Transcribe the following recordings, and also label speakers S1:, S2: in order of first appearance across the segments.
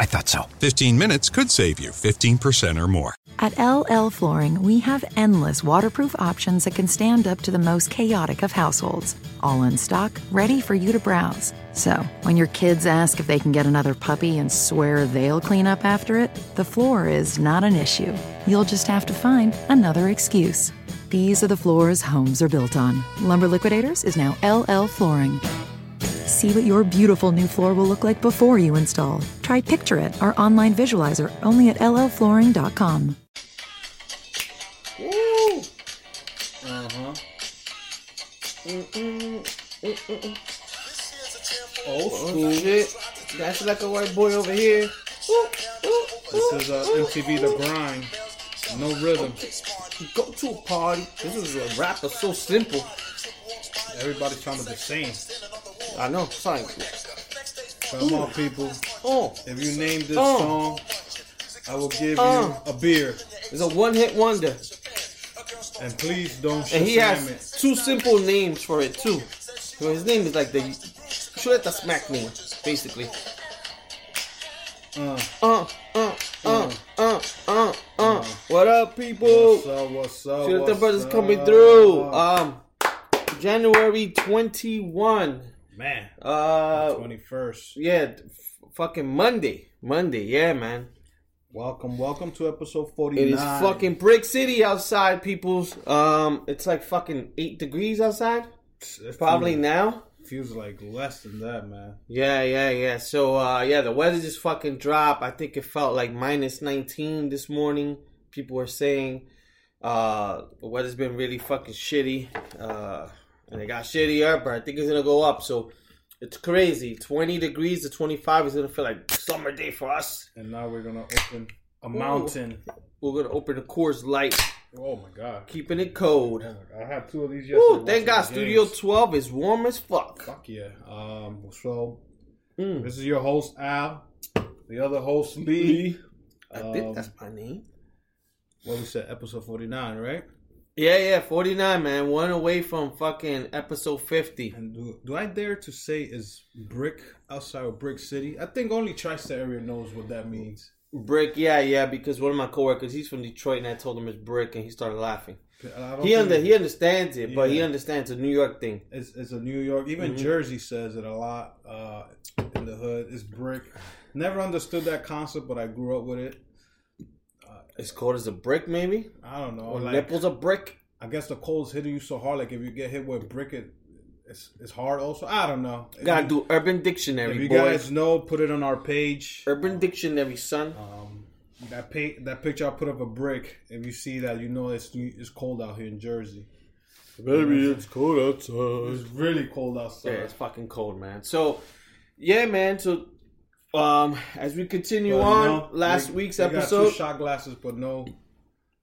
S1: I thought so.
S2: 15 minutes could save you 15% or more.
S3: At LL Flooring, we have endless waterproof options that can stand up to the most chaotic of households, all in stock, ready for you to browse. So, when your kids ask if they can get another puppy and swear they'll clean up after it, the floor is not an issue. You'll just have to find another excuse. These are the floors homes are built on. Lumber Liquidators is now LL Flooring. See what your beautiful new floor will look like before you install. Try Picture It, our online visualizer, only at llflooring.com.
S4: Old school. Shit. That's like a white boy over here. This is uh, MTV The Grind. No rhythm. Go to a party. This is a rap that's so simple. Everybody trying to be same. I know. It's like,
S5: Come on, people.
S4: oh,
S5: If you name this
S4: Oh.
S5: song, I will give
S4: Oh.
S5: you a beer.
S4: it's a one-hit wonder,
S5: And please don't
S4: and he
S5: Shazam
S4: has two simple names for it too. So his name is like the Chuleta Smack name, basically. Uh, uh, uh, uh, uh, uh. What up, people?
S5: What's up, what's up,
S4: Shoot the
S5: what's
S4: brothers coming
S5: up?
S4: through. Um, January twenty one.
S5: man,
S4: Uh,
S5: 21st.
S4: yeah, f- fucking Monday. Monday, yeah, man.
S5: Welcome, welcome to episode
S4: It
S5: 49.
S4: is fucking brick city outside, peoples. Um, it's like fucking eight degrees outside.
S5: It
S4: Probably
S5: feels,
S4: now.
S5: Feels like less than that, man.
S4: Yeah, yeah, yeah. So, uh, yeah, the weather just fucking dropped. I think it felt like minus nineteen this morning. People were saying, uh, the weather's been really fucking shitty. Uh, and it got shittier, but I think it's gonna go up. So, it's crazy. Twenty degrees to twenty five is gonna feel like summer day for us.
S5: And now we're gonna open a mountain.
S4: We're gonna open the Coors Light,
S5: Oh my god.
S4: keeping it cold.
S5: I had two of these yesterday.
S4: Ooh, thank
S5: watching
S4: God,
S5: the
S4: Studio
S5: games.
S4: 12 is warm as fuck.
S5: Fuck yeah. Um, so
S4: Mm.
S5: this is your host Al, the other host Lee.
S4: Lee. I
S5: Um,
S4: think that's my name.
S5: What we said, episode forty nine, right?
S4: Yeah, yeah, 49, man. One away from fucking episode 50.
S5: And do, do I dare to say is brick outside of Brick City? I think only Tri-State area knows what that means.
S4: Brick, yeah, yeah, because one of my coworkers, he's from Detroit, and I told him it's brick, and he started laughing.
S5: I don't
S4: He
S5: think
S4: under, he understands it, but he
S5: Yeah.
S4: understands the New York thing.
S5: it's, it's a New York. Even
S4: Mm-hmm.
S5: Jersey says it a lot uh, in the hood. It's brick. Never understood that concept, but I grew up with it.
S4: It's cold as a brick, maybe?
S5: I don't know.
S4: Or
S5: Like,
S4: nipples a brick?
S5: I guess the cold's hitting you so hard. Like if you get hit with a brick, it, it's it's hard. Also, I don't know. If
S4: Gotta
S5: you-
S4: do Urban
S5: If
S4: Dictionary,
S5: you
S4: boys.
S5: guys know, put it on our page.
S4: Urban Dictionary, son.
S5: Um, that pa- that picture I put up a brick. If you see that, you know it's it's cold out here in Jersey.
S4: Baby, it's cold outside.
S5: It's really cold
S4: Yeah,
S5: outside.
S4: it's fucking cold, man. So, yeah, man. So, um, as we continue
S5: But
S4: on
S5: no,
S4: last
S5: we-
S4: week's
S5: we Got
S4: episode,
S5: two shot glasses, but no.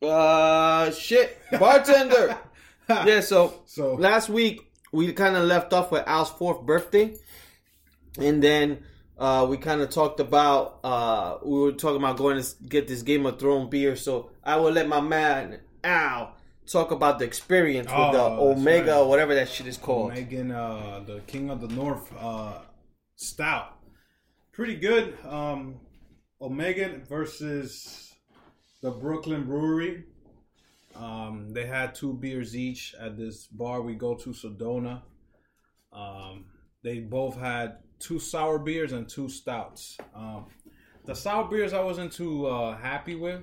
S4: uh, shit, bartender. yeah, so,
S5: So-
S4: last week we kind of left off with Al's fourth birthday, and then uh, we kind of talked about uh, we were talking about going to s- get this Game of Thrones beer. So I will let my man Al talk about the experience
S5: Oh,
S4: with the
S5: that's
S4: Omega
S5: right.
S4: or whatever that shit is called.
S5: Megan, uh, the King of the North uh, stout, pretty good. Um, Omega versus the Brooklyn Brewery. Um, they had two beers each at this bar we go to, Sedona. Um, they both had two sour beers and two stouts. Um, the sour beers I wasn't too uh, happy with,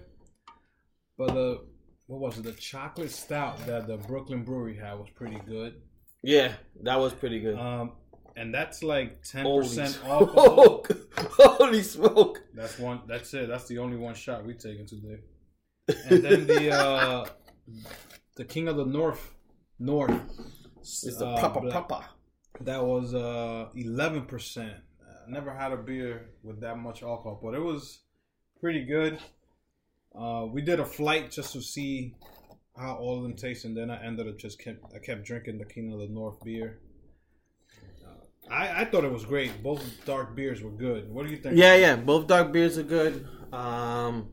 S5: but the what was it? The chocolate stout that the Brooklyn Brewery had was pretty good.
S4: Yeah, that was pretty good.
S5: Um, and that's like ten
S4: Holy
S5: percent alcohol.
S4: smoke! Holy smoke!
S5: That's one. That's it. That's the only one shot we taking today. And then the uh, the king of the north, north.
S4: It's the
S5: uh,
S4: proper
S5: black-
S4: proper.
S5: That was uh, eleven percent. I never had a beer with that much alcohol, but it was pretty good. Uh, we did a flight just to see how all of them taste, and then I ended up just kept I kept drinking the King of the North beer. Uh, I, I thought it was great. Both dark beers were good. What do you think?
S4: Yeah, yeah. Both dark beers are good. Um,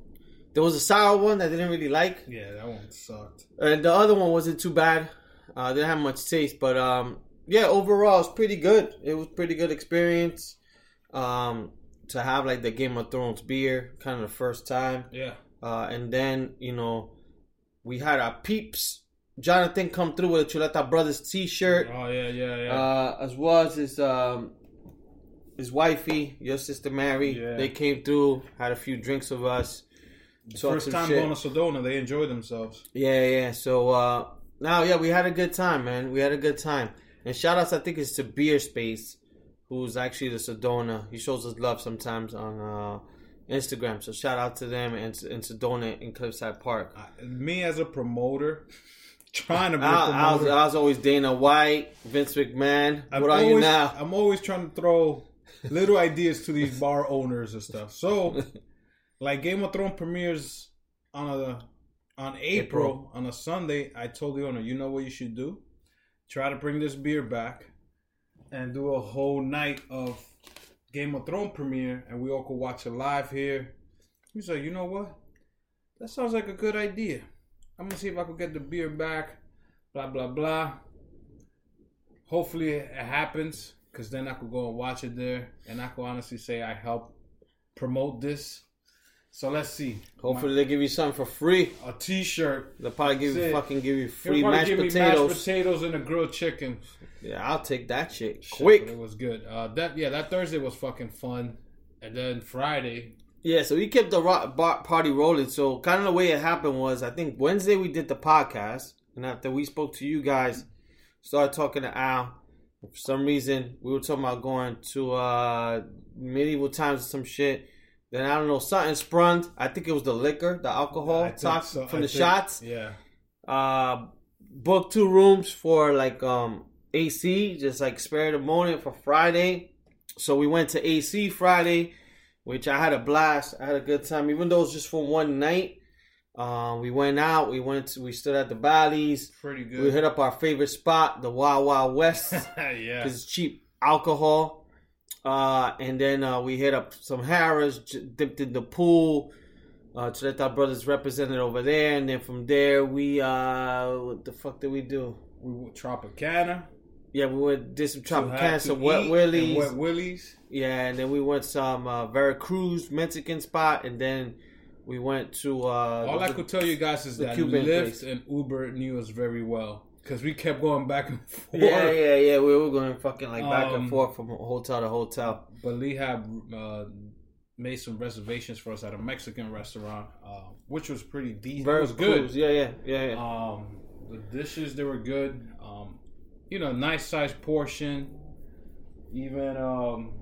S4: there was a sour one that I didn't really like,
S5: Yeah, that one sucked.
S4: and the other one wasn't too bad. Uh, didn't have much taste, but um, yeah, overall it's pretty good. It was pretty good experience. Um, to have like the Game of Thrones beer, kind of the first time.
S5: Yeah.
S4: Uh, and then, you know, we had our peeps. Jonathan come through with a Chuleta Brothers t shirt,
S5: Oh yeah, yeah, yeah.
S4: uh, as well as his, um, his wifey, your sister Mary.
S5: Yeah.
S4: They came through, had a few drinks with us. talked
S5: First
S4: some
S5: time
S4: shit.
S5: going to Sedona, they enjoyed themselves.
S4: Yeah, yeah. So uh now, yeah, we had a good time, man. We had a good time. And shout outs, I think it's to Beer Space, who's actually the Sedona. He shows us love sometimes on uh Instagram. So shout out to them and, and Sedona in Cliffside Park. I,
S5: Uh, Me as a promoter, trying to be a
S4: I, was,
S5: promoter.
S4: I was always Dana White, Vince McMahon.
S5: I'm
S4: what are
S5: always,
S4: you now?
S5: I'm always trying to throw little ideas to these bar owners and stuff. So, like Game of Thrones premieres on a on April,
S4: April.
S5: on a Sunday, I told the owner, you know what you should do? Try to bring this beer back and do a whole night of Game of Thrones premiere, and we all could watch it live here. He's like, you know what? That sounds like a good idea. I'm gonna see if I could get the beer back. Blah blah blah. Hopefully it happens, cause then I could go and watch it there, and I could honestly say I helped promote this. So let's see.
S4: Hopefully they give you something for free.
S5: A T-shirt.
S4: They'll probably give you
S5: Shit.
S4: fucking give you
S5: They'll
S4: free
S5: probably
S4: mashed
S5: give me
S4: potatoes.
S5: mashed potatoes, and a grilled chicken.
S4: yeah, I'll take that shit
S5: But
S4: quick.
S5: It was good. Uh, that yeah, that Thursday was fucking fun, and then Friday.
S4: Yeah, so we kept the rock, bar, party rolling. So kind of the way it happened was, I think Wednesday we did the podcast, and after we spoke to you guys, started talking to Al. For some reason, we were talking about going to uh medieval times or some shit. Then I don't know, something sprung. I think it was the liquor, the alcohol,
S5: I think
S4: tox-
S5: so-
S4: from
S5: I
S4: the
S5: think-
S4: shots.
S5: Yeah.
S4: Uh, booked two rooms for like um AC, just like spare the moment for Friday. So we went to AC Friday, which I had a blast. I had a good time, even though it was just for one night. Uh, we went out. We went. To, we stood at the Bally's.
S5: Pretty good.
S4: We hit up our favorite spot, the Wild Wild West,
S5: yeah.
S4: because it's cheap alcohol. Uh, and then uh, we hit up some Harris, j- dipped in the pool. Uh, Chuleta Brothers represented over there, and then from there we uh, what the fuck did we do?
S5: We went Tropicana.
S4: Yeah, we went did some
S5: So had
S4: Tropicana,
S5: to
S4: some
S5: eat
S4: Wet
S5: and
S4: Willies,
S5: Wet Willies.
S4: yeah, and then we went some uh, Veracruz Mexican spot, and then we went to uh,
S5: All I
S4: the-
S5: could tell you guys is
S4: the
S5: that
S4: Cuban
S5: Lyft
S4: place.
S5: and Uber knew us very well because we kept going back and forth.
S4: yeah, yeah, yeah. We were going fucking like back and
S5: Um,
S4: forth from hotel to hotel.
S5: But Lee had uh, made some reservations for us at a Mexican restaurant, uh, which was pretty decent. It was
S4: Veracruz,
S5: good.
S4: yeah, yeah, yeah, yeah.
S5: Um, the dishes they were good. Um, you know, nice sized portion. Even um,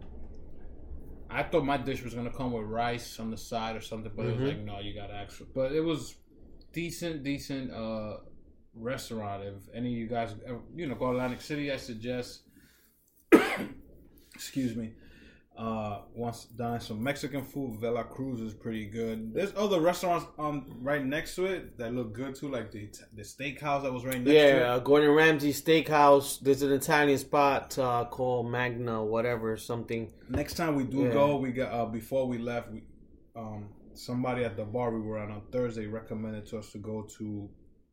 S5: I thought my dish was gonna come with rice on the side or something, but it was like, no, you got extra. But it was decent, decent uh, restaurant. If any of you guys, ever, you know, go to Atlantic City, I suggest. excuse me. Uh, once dine some Mexican food, Vela Cruz is pretty good. There's other restaurants on right next to it that look good too, like the the steakhouse that was right next to it.
S4: Yeah, uh, Gordon Ramsay Steakhouse. There's an Italian spot uh, called Magna, whatever, something.
S5: Next time we do
S4: Yeah.
S5: go, we got uh, before we left, we, um, somebody at the bar we were on on Thursday recommended to us to go to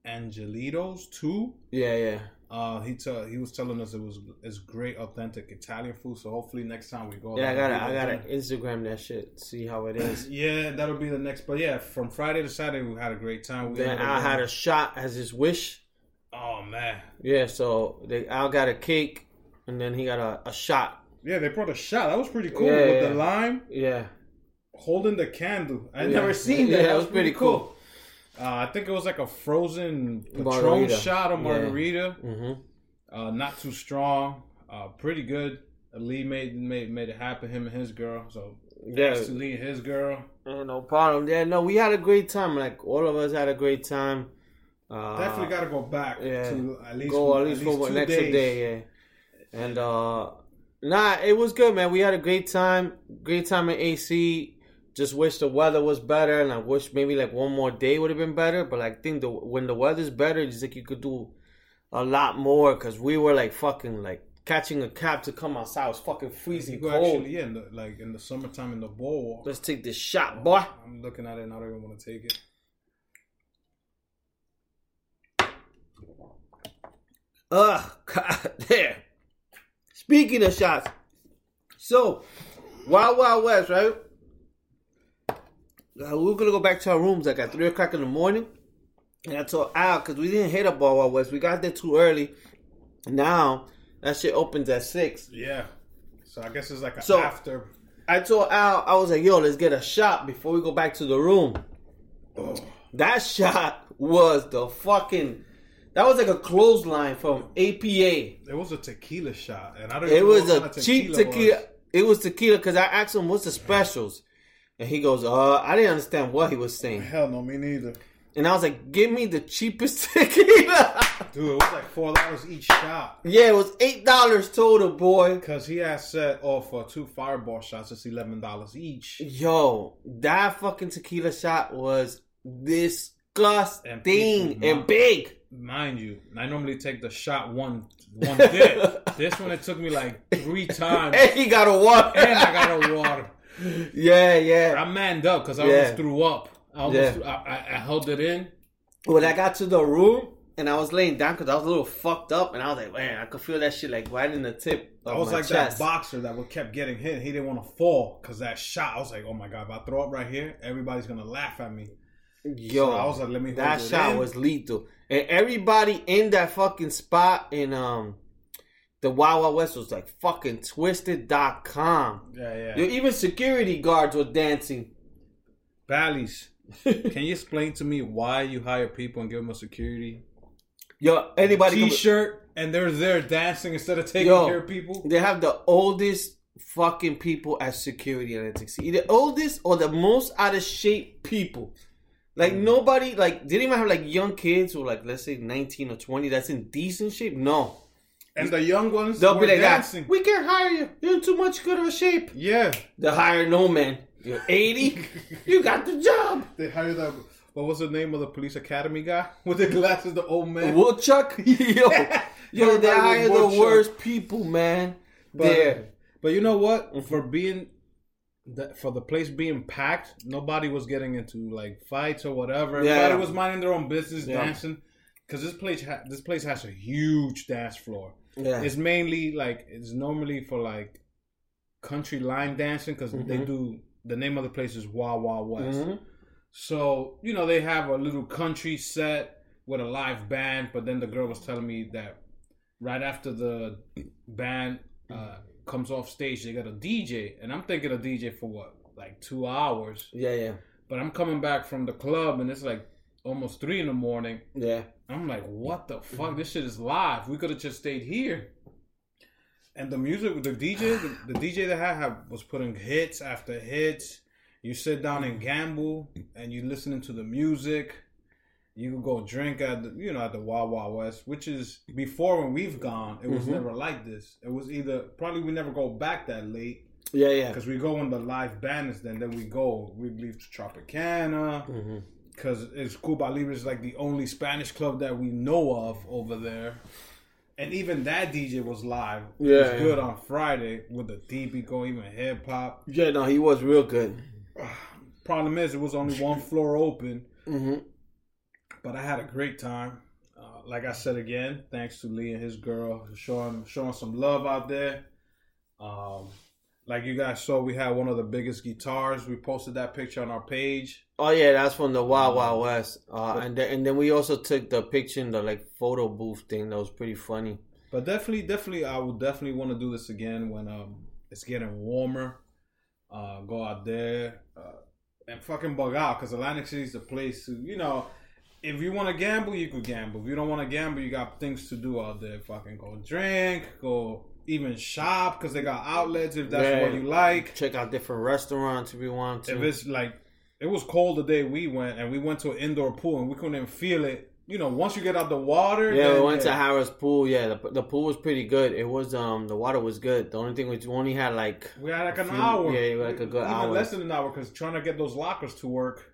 S5: Angelitos too.
S4: Yeah, yeah.
S5: Uh, he tell he was telling us it was it's great authentic Italian food. So hopefully next time we go,
S4: Yeah, I gotta, I
S5: that'll
S4: gotta
S5: be
S4: Instagram that shit. See how it is.
S5: the- Yeah, that'll be the next. But yeah, from Friday to Saturday we had a great time. We
S4: then
S5: ended
S4: Al
S5: up
S4: had a
S5: going-
S4: shot as his wish.
S5: oh man,
S4: Yeah, so they, Al got a cake, and then he got a, a shot.
S5: yeah, they brought a shot. That was pretty cool
S4: Yeah,
S5: with
S4: yeah.
S5: the lime.
S4: Yeah,
S5: holding the candle. I
S4: Yeah.
S5: never seen that.
S4: Yeah,
S5: that was pretty cool. Uh, I think it was like a frozen Patron
S4: Margarita.
S5: shot of
S4: Yeah.
S5: margarita.
S4: Mhm.
S5: Uh, not too strong. Uh, pretty good. Lee made, made made it happen. Him and his girl. So
S4: yeah.
S5: that's Lee and his girl.
S4: Ain't no problem. Yeah, no, we had a great time. Like all of us had a great time. Uh,
S5: Definitely got to go back
S4: yeah.
S5: to at least
S4: go at least, for
S5: two
S4: next
S5: days.
S4: day, yeah. And uh nah, it was good, man. We had a great time, great time at AC. just wish the weather was better, and I wish maybe like one more day would have been better. But I think the when the weather's better, it's like you could do a lot more because we were like fucking like catching a cab to come outside. It was fucking freezing
S5: You go
S4: cold.
S5: actually, yeah, in the, like in the summertime in the boardwalk.
S4: Let's take this shot, boy.
S5: I'm looking at it and I don't even want to take it.
S4: Ugh, god damn. Speaking of shots, so Wild Wild West, right? Uh, we were gonna go back to our rooms like at three o'clock in the morning, and I told Al because we didn't hit up Wild Wild West. We got there too early. Now that shit opens at six.
S5: Yeah. So I guess it's like a
S4: So-
S5: after.
S4: I told Al, I was like, "Yo, let's get a shot before we go back to the room." That shot was the fucking. That was like a clothesline from APA.
S5: It was a tequila shot, and I don't.
S4: It
S5: even
S4: was
S5: know what
S4: a
S5: kind of
S4: cheap
S5: it
S4: tequila.
S5: was.
S4: It was tequila because I asked him what's the specials, and he goes, "Uh, I didn't understand what he was saying."
S5: Hell no, me neither.
S4: And I was like, "Give me the cheapest tequila."
S5: Dude, it was like four dollars each shot.
S4: yeah, it was eight dollars total, boy.
S5: Cause he had said, oh, for two fireball shots, it's eleven dollars each.
S4: Yo, that fucking tequila shot was disgusting
S5: And people,
S4: and,
S5: man.
S4: big.
S5: Mind you, I normally take the shot one one dip. this one it took me like three times,
S4: And he got a one.
S5: and I got a water.
S4: yeah, yeah.
S5: I manned up because I
S4: Yeah.
S5: almost threw up. I almost
S4: Yeah.
S5: threw- I, I, I held it in.
S4: when I got to the room and I was laying down because I was a little fucked up, and I was like, man, I could feel that shit like right in the tip. Of
S5: I was
S4: my
S5: like
S4: chest.
S5: that boxer that would kept getting hit. He didn't want to fall because that shot. I was like, oh my god, if I throw up right here, everybody's gonna laugh at me.
S4: Yo,
S5: So I was like, let me hold
S4: that
S5: it
S4: shot
S5: in.
S4: was lethal, and everybody in that fucking spot in um the Wild Wild West was like fucking twisted.com.
S5: Yeah, yeah.
S4: Yo, even security guards were dancing.
S5: Valleys, can you explain to me why you hire people and give them a security
S4: Yo, anybody can-
S5: t-shirt and they're there dancing instead of taking
S4: Yo,
S5: care of people?
S4: They have the oldest fucking people as security analytics. Either oldest or the most out of shape people. Like
S5: Mm.
S4: nobody like they didn't even have like young kids who were like let's say nineteen or twenty that's in decent shape. No.
S5: And the young ones
S4: They'll
S5: were
S4: be like
S5: dancing.
S4: that. We can't hire you. You're in too much good of a shape.
S5: yeah,
S4: They hire no man. You're 80. you got the job.
S5: they hired that. What was the name of the police academy guy with the glasses? The old man.
S4: Woodchuck? Yo. Yo, they
S5: Everybody
S4: hire
S5: with
S4: the
S5: woodchuck.
S4: worst people, man.
S5: But,
S4: there.
S5: but you know
S4: Mm-hmm.
S5: what? For being that for the place being packed, nobody was getting into like fights or whatever.
S4: Yeah.
S5: Everybody was minding their own business,
S4: Yeah.
S5: dancing. Because this place ha- this place has a huge dance floor.
S4: Yeah.
S5: It's mainly like it's normally for like country line dancing because they do the name of the place is Wild Wild West. So you know they have a little country set with a live band, but then the girl was telling me that right after the band uh, comes off stage, they got a DJ, and I'm thinking a DJ for what like two hours,
S4: Yeah, yeah.
S5: but I'm coming back from the club and it's like almost three in the morning.
S4: Yeah.
S5: I'm like, what the fuck? This shit is live. We could have just stayed here. And the music, the DJ, the, the DJ that I had was putting hits after hits. You sit down and gamble, and you listening to the music. You could go drink at the, you know at the Wild Wild West, which is before when we've gone. It was never like this. It was either probably we never go back that late
S4: Yeah, yeah.
S5: because we go when the live band is. Then then we go. We leave to Tropicana.
S4: Mm-hmm.
S5: Cause it's Cuba Libre is like the only Spanish club that we know of over there, and even that DJ was live. It was
S4: Yeah,
S5: good on Friday with the DB go even hip hop.
S4: Yeah, no, he was real good.
S5: Problem is, it was only one floor open, but I had a great time. Uh, like I said again, thanks to Lee and his girl showing showing some love out there. Um, like you guys saw, we had one of the biggest guitars. We posted that picture on our page.
S4: Oh yeah, that's from the Wild Wild West. Uh, and then, and then we also took the picture in the like photo booth thing. That was pretty funny.
S5: But definitely, definitely, I would definitely want to do this again when um it's getting warmer. Uh, go out there uh, and fucking bug out because Atlantic City's the place to you know. If you want to gamble, you could gamble. If you don't want to gamble, you got things to do out there. Fucking go drink, go even shop because they got outlets if that's
S4: Yeah.
S5: what you like.
S4: Check out different restaurants if you want
S5: If
S4: to.
S5: it's like it was cold the day we went and we went to an indoor pool and we couldn't even feel it you know, once you get out the water,
S4: Yeah, we
S5: then-
S4: went to Howard's pool. Yeah, the, the pool was pretty good. It was um the water was good. The only thing was you only had like
S5: We had like an
S4: few-
S5: hour.
S4: yeah, you had like a good
S5: Even
S4: hour.
S5: less than an hour because trying to get those lockers to work.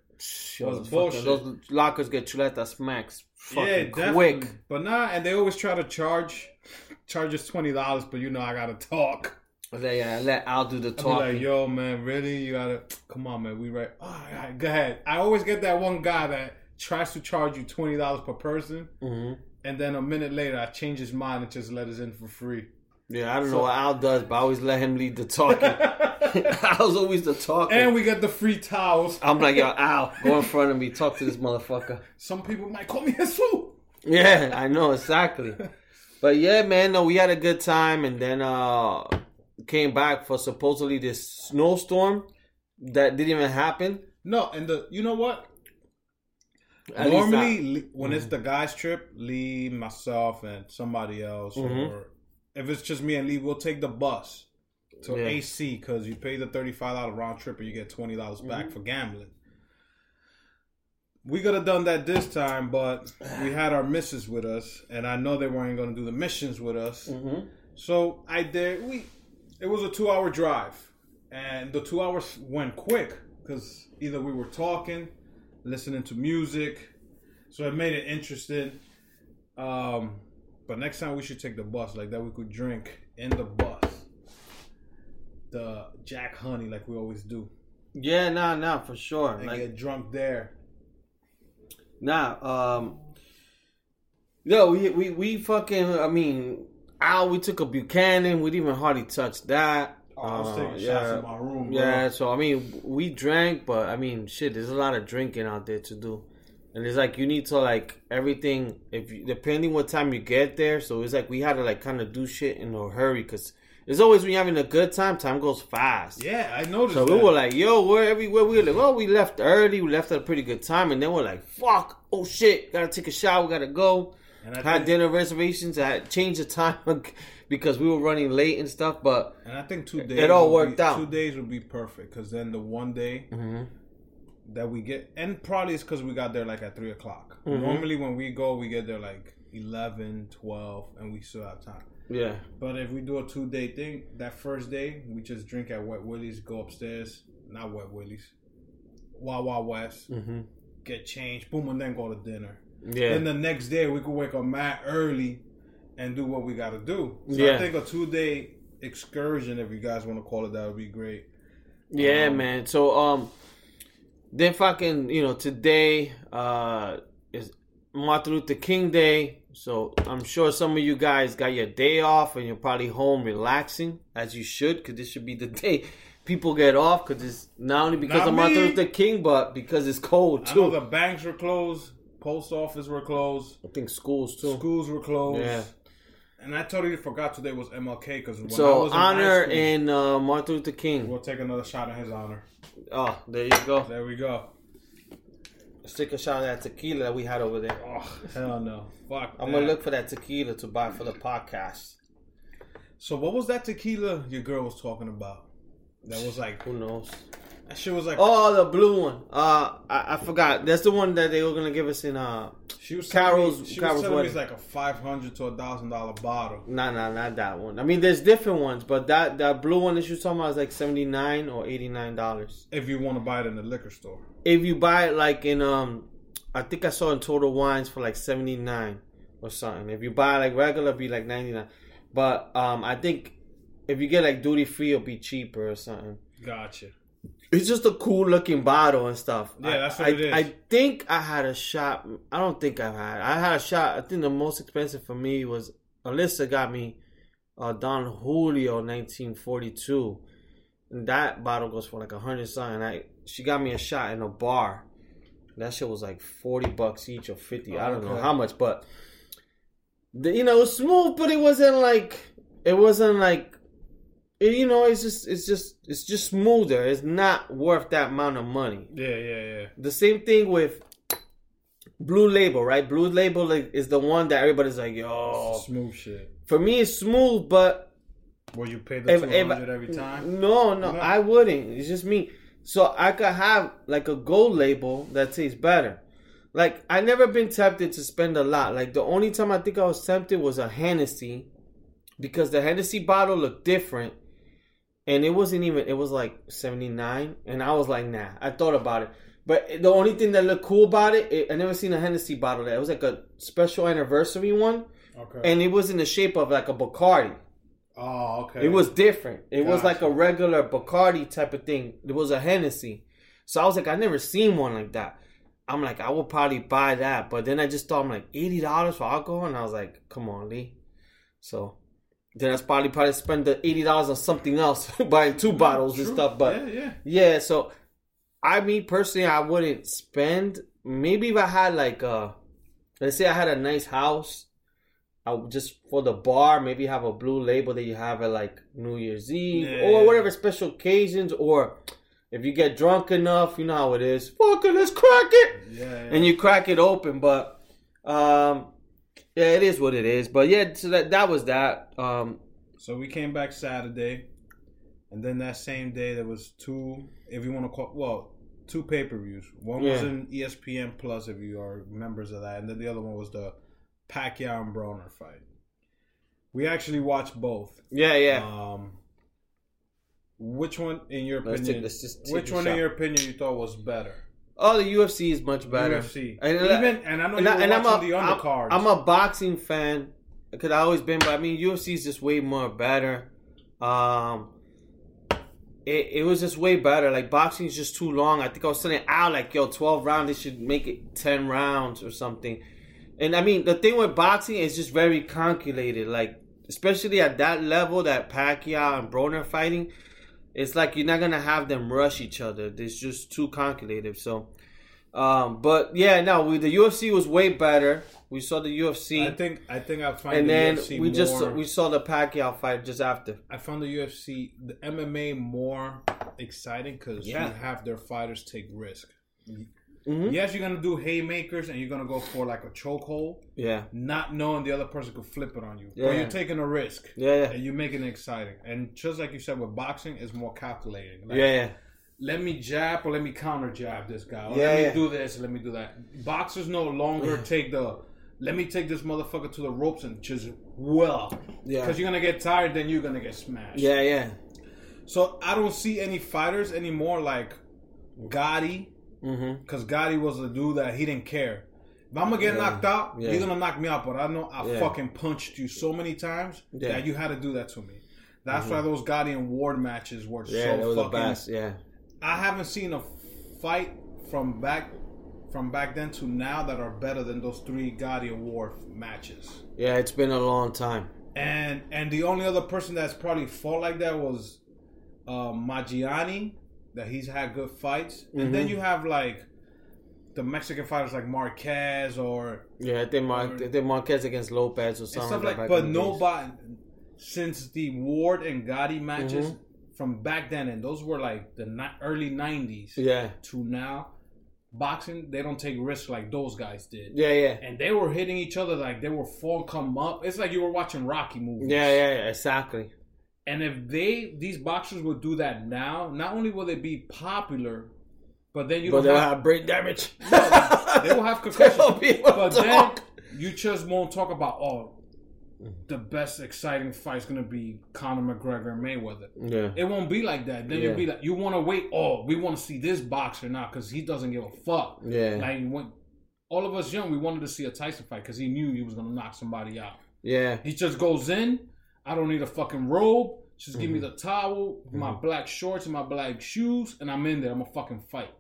S4: Yo,
S5: was
S4: those
S5: bullshit.
S4: fucking- Those lockers get chuleta smacks. Fucking quick.
S5: But nah, and they always try to charge charge us twenty dollars, but you know I gotta talk.
S4: I was like, yeah, I uh, let Al do the
S5: I'm like,
S4: talking.
S5: yo, man, really? You gotta come on, man. We right? All right, all right, go ahead. I always get that one guy that tries to charge you twenty dollars per person,
S4: hmm
S5: and then a minute later I change his mind and just let us in for free.
S4: Yeah, I don't know what Al does, but I always let him lead the talking. I was always the talking.
S5: And we get the free towels.
S4: I'm like, yo, Al, go in front of me, talk to this motherfucker.
S5: Some people might call me a fool.
S4: Yeah, I know exactly. But yeah, man, no, we had a good time, and then uh came back for supposedly this snowstorm that didn't even happen.
S5: No, and the you know what?
S4: At least Mm-hmm.
S5: Normally,
S4: I-
S5: Lee- when it's the guys' trip, Lee, myself, and somebody else,
S4: Mm-hmm.
S5: or if it's just me and Lee, we'll take the bus to
S4: Yeah.
S5: AC because you pay the thirty-five dollar round trip and you get twenty dollars
S4: Mm-hmm.
S5: back for gambling. We could have done that this time, but we had our missions with us, and I know they weren't going to do the missions with us.
S4: Mm-hmm.
S5: So I did. We it was a two-hour drive, and the two hours went quick because either we were talking, listening to music, so it made it interesting. Um, but next time we should take the bus, like that we could drink in the bus. The Jack Honey, like we always do,
S4: yeah, nah, nah, for sure.
S5: and
S4: Like,
S5: get drunk there.
S4: Nah, um, no, we, we we fucking. I mean, Al, we took a Buchanan. We didn't even hardly touch that.
S5: Oh, I was
S4: Uh,
S5: taking shots in my room. Bro.
S4: Yeah, so I mean, we drank, but I mean, shit, there's a lot of drinking out there to do, and it's like you need to like everything. If you, depending what time you get there, so it's like we had to like kind of do shit in a hurry because it's always when you're having a good time, time goes fast.
S5: yeah, I noticed.
S4: So
S5: that.
S4: we were like, yo, we're everywhere. We were like, oh, we left early. We left at a pretty good time. And then we're like, fuck, oh shit, gotta take a shower, gotta go.
S5: And I
S4: had
S5: think-
S4: dinner reservations. I had changed the time because we were running late and stuff. But
S5: And I think two days.
S4: all
S5: would
S4: worked
S5: be,
S4: out. Mm-hmm.
S5: Two days would be perfect because then the one day that we get, and probably it's because we got there like at three o'clock.
S4: Mm-hmm.
S5: Normally, when we go, we get there like 11, 12, and we still have time.
S4: yeah,
S5: But if we do a two day thing, that first day we just drink at Wet Willie's, go upstairs, not Wet Willie's, Wawa West, get changed, boom, and then go to dinner.
S4: Mm-hmm. yeah.
S5: Then the next day we could wake up mad early and do what we gotta do. So I
S4: Yeah.
S5: think a two day excursion, if you guys want to call it that, would be great.
S4: Yeah, man. So um, then fucking you know today uh is Martin Luther King Day, so I'm sure some of you guys got your day off and you're probably home relaxing as you should, because this should be the day people get off because it's not only because
S5: Not
S4: of Martin
S5: me.
S4: Luther King, but because it's cold
S5: I
S4: too.
S5: know the
S4: I,
S5: banks were closed, post office were closed,
S4: think schools too.
S5: schools were closed.
S4: Yeah.
S5: And I totally forgot today was MLK because when I
S4: so
S5: was in
S4: honor
S5: high school,
S4: and uh, Martin Luther King.
S5: we'll take another shot in his honor.
S4: Oh, there you go.
S5: There we go.
S4: Let's take a shot of that tequila that we had over there.
S5: Oh hell no! Fuck.
S4: I'm
S5: that.
S4: gonna look for that tequila to buy for the podcast.
S5: So what was that tequila your girl was talking about? That was like
S4: Who knows?
S5: that shit was like
S4: Oh, the blue one. Uh, I, I forgot. That's the one that they were gonna give us in. Uh,
S5: She was
S4: Carol's-
S5: Telling me, she
S4: Carol's
S5: was telling me
S4: wedding.
S5: it's like a five hundred to a thousand dollar bottle.
S4: nah, nah, not that one. I mean, there's different ones, but that that blue one that you're talking about is like seventy nine or eighty nine dollars.
S5: If you want to buy it in the liquor store,
S4: If you buy it like in um, I think I saw in Total Wines for like seventy nine or something. If you buy like regular, it'd be like ninety nine. But um, I think if you get like duty free, it'll be cheaper or something.
S5: gotcha.
S4: It's just a cool looking bottle and stuff.
S5: Yeah,
S4: I-
S5: that's what
S4: I,
S5: it is.
S4: I think I had a shot. I don't think I've had. I had a shot. I think the most expensive for me was Alyssa got me uh, Don Julio 1942, and that bottle goes for like a hundred something. I she got me a shot in a bar. That shit was like forty bucks each or fifty. I don't know
S5: Okay.
S4: how much, but the, you know, it was smooth, but it wasn't like it wasn't like it- you know, it's just it's just it's just smoother. It's not worth that amount of money.
S5: Yeah, yeah, yeah.
S4: The same thing with Blue Label, right? Blue Label like, is the one that everybody's like, yo.
S5: Smooth shit.
S4: For me, it's smooth, but
S5: Where you pay the
S4: If- Mm-hmm.
S5: two
S4: if-
S5: hundred every time.
S4: No, no,
S5: No.
S4: I wouldn't. It's just me. So I could have like a gold label that tastes better. Like I never been tempted to spend a lot. Like the only time I think I was tempted was a Hennessy, because the Hennessy bottle looked different, and it wasn't even. It was like seventy nine, and I was like, nah. I thought about it, but the only thing that looked cool about it, it I never seen a Hennessy bottle that it was like a special anniversary one,
S5: Okay.
S4: and it was in the shape of like a Bacardi.
S5: oh, okay.
S4: It was different. It was
S5: Gotcha.
S4: like a regular Bacardi type of thing. It was a Hennessy. So I was like, I never seen one like that. I'm like, I would probably buy that. But then I just thought I'm like eighty dollars for alcohol and I was like, come on, Lee. So then I probably probably spend the eighty dollars on something else, buying two bottles and
S5: True.
S4: stuff. But
S5: yeah, yeah.
S4: yeah, so I mean personally I wouldn't spend maybe if I had like a let's say I had a nice house, I would just for the bar, maybe have a blue label that you have at like New Year's Eve
S5: Yeah.
S4: or whatever special occasions or if you get drunk enough, you know how it is. Fuck it, let's crack it
S5: Yeah, yeah.
S4: and you crack it open. But um yeah, it is what it is. But yeah, so that that was that. Um
S5: So we came back Saturday, and then that same day there was two, if you want to call, well, two pay per views. One was
S4: Yeah.
S5: in E ESPN Plus, if you are members of that, and then the other one was the Pacquiao and Broner fight. We actually watched both.
S4: yeah, yeah.
S5: Um, which one, in your
S4: Let's
S5: opinion,
S4: take- let's just take
S5: which
S4: a
S5: one,
S4: shot.
S5: in your opinion, you thought was better?
S4: Oh, the UFC is much better.
S5: UFC.
S4: And,
S5: Even- and I know you were watching the
S4: I'm-
S5: undercards.
S4: I'm a boxing fan because I always been, but I mean UFC is just way more better. Um, it, it was just way better. Like boxing is just too long. I think I was sending out like yo, twelve rounds. They should make it ten rounds or something. And I mean the thing with boxing is just very calculated. Like especially at that level that Pacquiao and Broner fighting. It's like you're not gonna have them rush each other. It's just too calculated. So, um, but yeah, no, we, the UFC was way better. We saw the UFC,
S5: I think I think I find
S4: and
S5: the
S4: then
S5: UFC
S4: we just
S5: more-
S4: we saw the Pacquiao fight just after.
S5: I found the UFC, the MMA more exciting because
S4: Yeah. Mm-hmm.
S5: you have their fighters take risk. Yes, you're gonna do haymakers and you're gonna go for like a chokehold,
S4: Yeah,
S5: not knowing the other person could flip it on you. But
S4: Yeah.
S5: you're taking a risk.
S4: Yeah, yeah.
S5: And you're making it exciting. And just like you said with boxing, it's more calculating. Like,
S4: yeah, yeah,
S5: Let me jab or let me counter jab this guy. Or
S4: Yeah,
S5: let me
S4: yeah.
S5: do this, let me do that. Boxers no longer take the let me take this motherfucker to the ropes and just well.
S4: Yeah.
S5: Because you're gonna get tired, then you're gonna get smashed.
S4: yeah, yeah.
S5: So I don't see any fighters anymore like Gotti, because Gotti was a dude that he didn't care. If I'm gonna get knocked out,
S4: Mm-hmm. Yeah.
S5: you're gonna knock me out. But I know I
S4: Yeah.
S5: fucking punched you so many times
S4: Yeah. Mm-hmm.
S5: that you had to do that to me. That's why those Gotti and Ward matches were
S4: Yeah,
S5: so
S4: that was the
S5: fucking.
S4: best. Yeah,
S5: I haven't seen a fight from back from back then to now that are better than those three Gotti and Ward matches.
S4: yeah. It's been a long time.
S5: And and the only other person that's probably fought like that was uh, Magiani, that he's had good fights. And
S4: Mm-hmm.
S5: then you have like the Mexican fighters like Marquez or
S4: Yeah, I think Mar- I think Marquez against Lopez or
S5: and
S4: something
S5: stuff
S4: like that. back
S5: like. But
S4: in the days.
S5: nobody since the Ward and Gotti matches
S4: Mm-hmm.
S5: from back then, and those were like the ni- early '90s
S4: Yeah,
S5: to now. Boxing, they don't take risks like those guys did.
S4: yeah, yeah,
S5: And they were hitting each other like they were fall come up. It's like you were watching Rocky movies.
S4: yeah, yeah, yeah. Exactly.
S5: And if they these boxers would do that now, not only will they be popular, but then you
S4: But
S5: don't
S4: they'll
S5: have,
S4: have brain damage.
S5: they will have concussions.
S4: won't be able
S5: but
S4: to
S5: then
S4: walk.
S5: you just won't talk about oh
S4: Mm-hmm.
S5: the best exciting fight's gonna be Conor McGregor and Mayweather.
S4: yeah,
S5: It won't be like that.
S4: Mm-hmm.
S5: Then
S4: Yeah.
S5: you'll be like you wanna wait, oh, we wanna see this boxer now because he doesn't give a fuck.
S4: Yeah.
S5: Like when all of us young, we wanted to see a Tyson fight because he knew he was gonna knock somebody out.
S4: yeah.
S5: He just goes in. I don't need a fucking robe. Just give me
S4: Mm-hmm.
S5: the towel, my black shorts, and my black shoes, and I'm in there. I'm a fucking fight.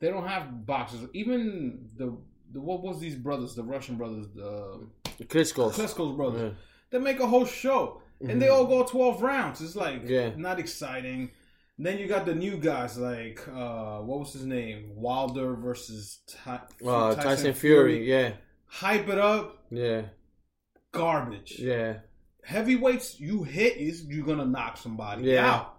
S5: They don't have boxes. Even the, the what was these brothers, the Russian brothers, the
S4: Klitschko's.
S5: Klesko's brothers. They make a whole show, and they all go 12 rounds. It's like
S4: Mm-hmm. Yeah.
S5: not exciting. Then you got the new guys like uh, what was his name, Wilder versus Ty-
S4: Uh, Tyson Fury. Yeah,
S5: Hype it up,
S4: yeah,
S5: garbage
S4: yeah.
S5: heavyweights you hit is you're gonna knock somebody
S4: Yeah.
S5: out.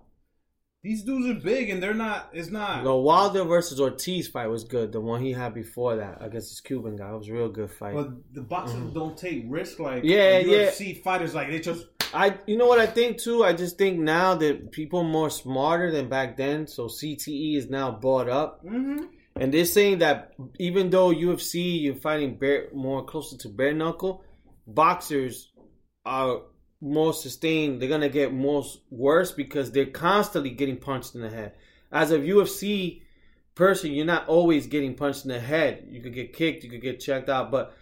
S5: These dudes are big and they're not. It's not.
S4: The Wilder versus Ortiz fight was good. The one he had before that against this Cuban guy it was a real good fight.
S5: But the boxers don't take risks like
S4: Yeah,
S5: the
S4: yeah.
S5: UFC fighters like they just
S4: I, you know what I think too. I just think E now that people are more smarter than back then, so CTE is now bought up, And they're saying that even though UFC you're fighting bare, more closer to bare knuckle, boxers are more sustained. They're gonna get more s- worse because they're constantly getting punched in the head. As a UFC person, you're not always getting punched in the head. You could get kicked, you could get checked out, but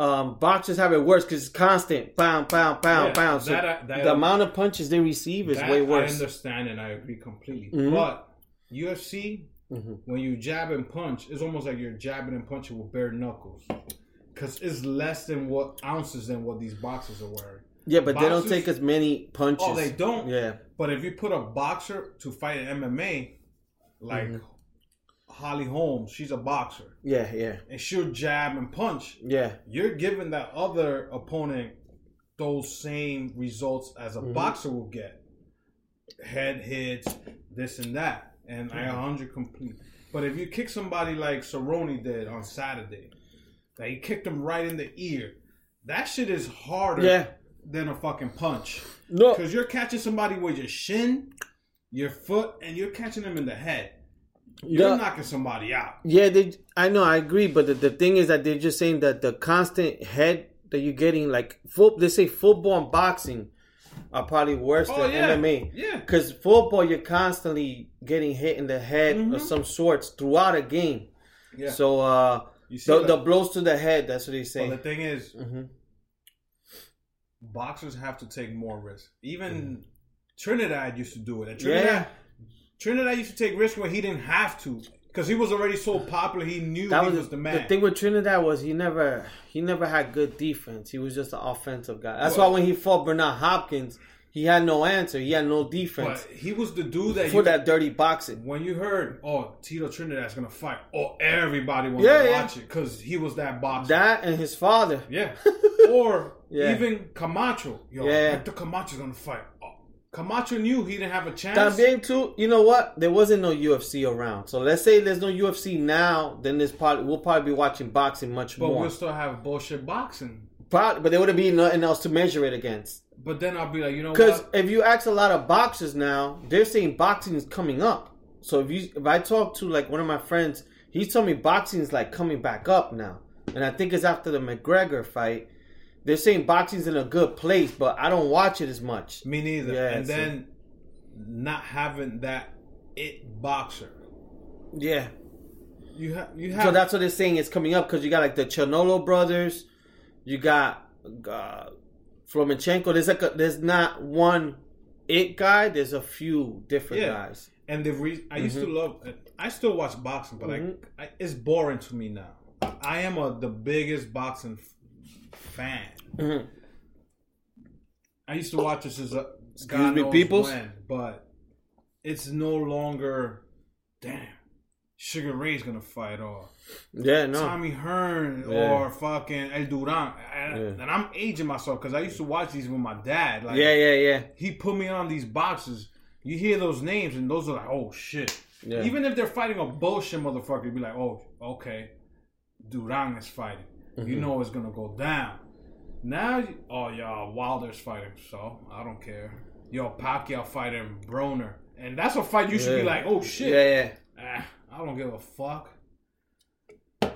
S4: um, boxers have it worse because it's constant, pound, pound, pound,
S5: Yeah,
S4: pound. So
S5: that I- that
S4: the
S5: I-
S4: amount of punches they receive is
S5: That
S4: way
S5: I
S4: worse.
S5: understand and I agree completely.
S4: Mhm.
S5: But UFC,
S4: Mhm.
S5: when you jab and punch, it's almost like you're jabbing and punching with bare knuckles. Because it's less than what ounces than what these boxers are wearing.
S4: Yeah, but they don't
S5: Boxers-
S4: take as many punches.
S5: Oh, they don't?
S4: Yeah.
S5: But if you put a boxer to fight an MMA, like
S4: Mm-hmm.
S5: Holly Holmes, she's a boxer,
S4: Yeah, yeah,
S5: and she'll jab and punch.
S4: yeah.
S5: You're giving that other opponent those same results as a
S4: Mm-hmm.
S5: boxer will get head hits, this and that. And I
S4: Mm-hmm.
S5: 100 complete. But if you kick somebody like Cerrone did on Saturday, that he kicked him right in the ear, that shit is harder
S4: Yeah.
S5: than a fucking punch.
S4: No,
S5: Because you're catching somebody with your shin, your foot, and you're catching them in the head. You're
S4: the-
S5: knocking somebody out.
S4: yeah, they, I know, I agree, but the, the thing is that they're just saying that the constant head that you're getting, like foot, they say football and boxing are probably worse
S5: Oh,
S4: than
S5: yeah.
S4: MMA.
S5: Yeah.
S4: because football you're constantly getting hit in the head of some sorts throughout a game.
S5: Mm-hmm. Yeah.
S4: So uh,
S5: You see
S4: the,
S5: that?
S4: the blows to the head, that's what they say.
S5: But the thing is,
S4: Mhm.
S5: boxers have to take more risk.
S4: Mm-hmm.
S5: Even Trinidad used to do it. And Trinidad, Trinidad used to take risk when he didn't have to. Because he was already so popular, he knew
S4: that
S5: he
S4: was,
S5: was, the man.
S4: thing with Trinidad was he never he never had good defense. He was just an offensive guy. That's
S5: Well-
S4: why when he fought Bernard Hopkins, he had no answer. He had no
S5: but
S4: defense
S5: he was the dude that
S4: for
S5: you,
S4: that dirty boxing.
S5: when you heard, oh, Tito Trinidad's going to fight, oh, everybody wanted
S4: Yeah,
S5: to
S4: yeah.
S5: watch it because he was that boxer.
S4: That and his father.
S5: Yeah. Or
S4: Yeah.
S5: even Camacho. Yo,
S4: Yeah.
S5: Hector Camacho's gonna fight. Oh, Camacho knew he didn't have a chance.
S4: También too, you know what? There wasn't no UFC around. So let's say there's no UFC now, then there's probably we'll probably be watching boxing much
S5: but
S4: more.
S5: we'll still have bullshit boxing.
S4: Probably, but there wouldn't be nothing else to measure it against.
S5: But then I'll be like, you know
S4: Because
S5: what?
S4: if you ask a lot of boxers now, they're saying boxing is coming up. So if you if I talk to like one of my friends, he told me boxing is like coming back up now, and I think it's after the McGregor fight. They're saying boxing's in a good place, but I don't watch it as much.
S5: Me neither.
S4: Yeah,
S5: and
S4: see.
S5: then not having that it boxer.
S4: Yeah.
S5: You have you have
S4: So that's what they're saying it's coming up because you got like the Chernolo brothers, you got uh, Flomachenko. There's like a, there's not one it guy. There's a few different
S5: Yeah.
S4: guys.
S5: and the reason I used to
S4: Mm-hmm.
S5: love I still watch boxing, but I, I it's boring to me now. I, I am a the biggest boxing f- fan.
S4: Mm-hmm.
S5: I used to watch this as a God
S4: me,
S5: knows
S4: peoples?
S5: when, but it's no longer. Damn, Sugar Ray's gonna fight or
S4: Yeah, no.
S5: Tommy Hearn
S4: Yeah.
S5: or fucking El Duran, and,
S4: Yeah.
S5: and I'm aging myself because I used to watch these with my dad. Like,
S4: yeah, yeah, yeah.
S5: he put me on these boxes. You hear those names, and those are like, oh shit.
S4: Yeah.
S5: Even if they're fighting a bullshit motherfucker, you'd be like, oh, okay, Durang is fighting.
S4: Mm-hmm.
S5: You know it's gonna go down. Now, you- oh yeah, Wilder's fighting, so I don't care. Yo, Pacquiao fighting Broner, and that's a fight you should be
S4: Yeah.
S5: like, oh shit.
S4: Yeah,
S5: Ah, I don't give a fuck.
S4: yeah,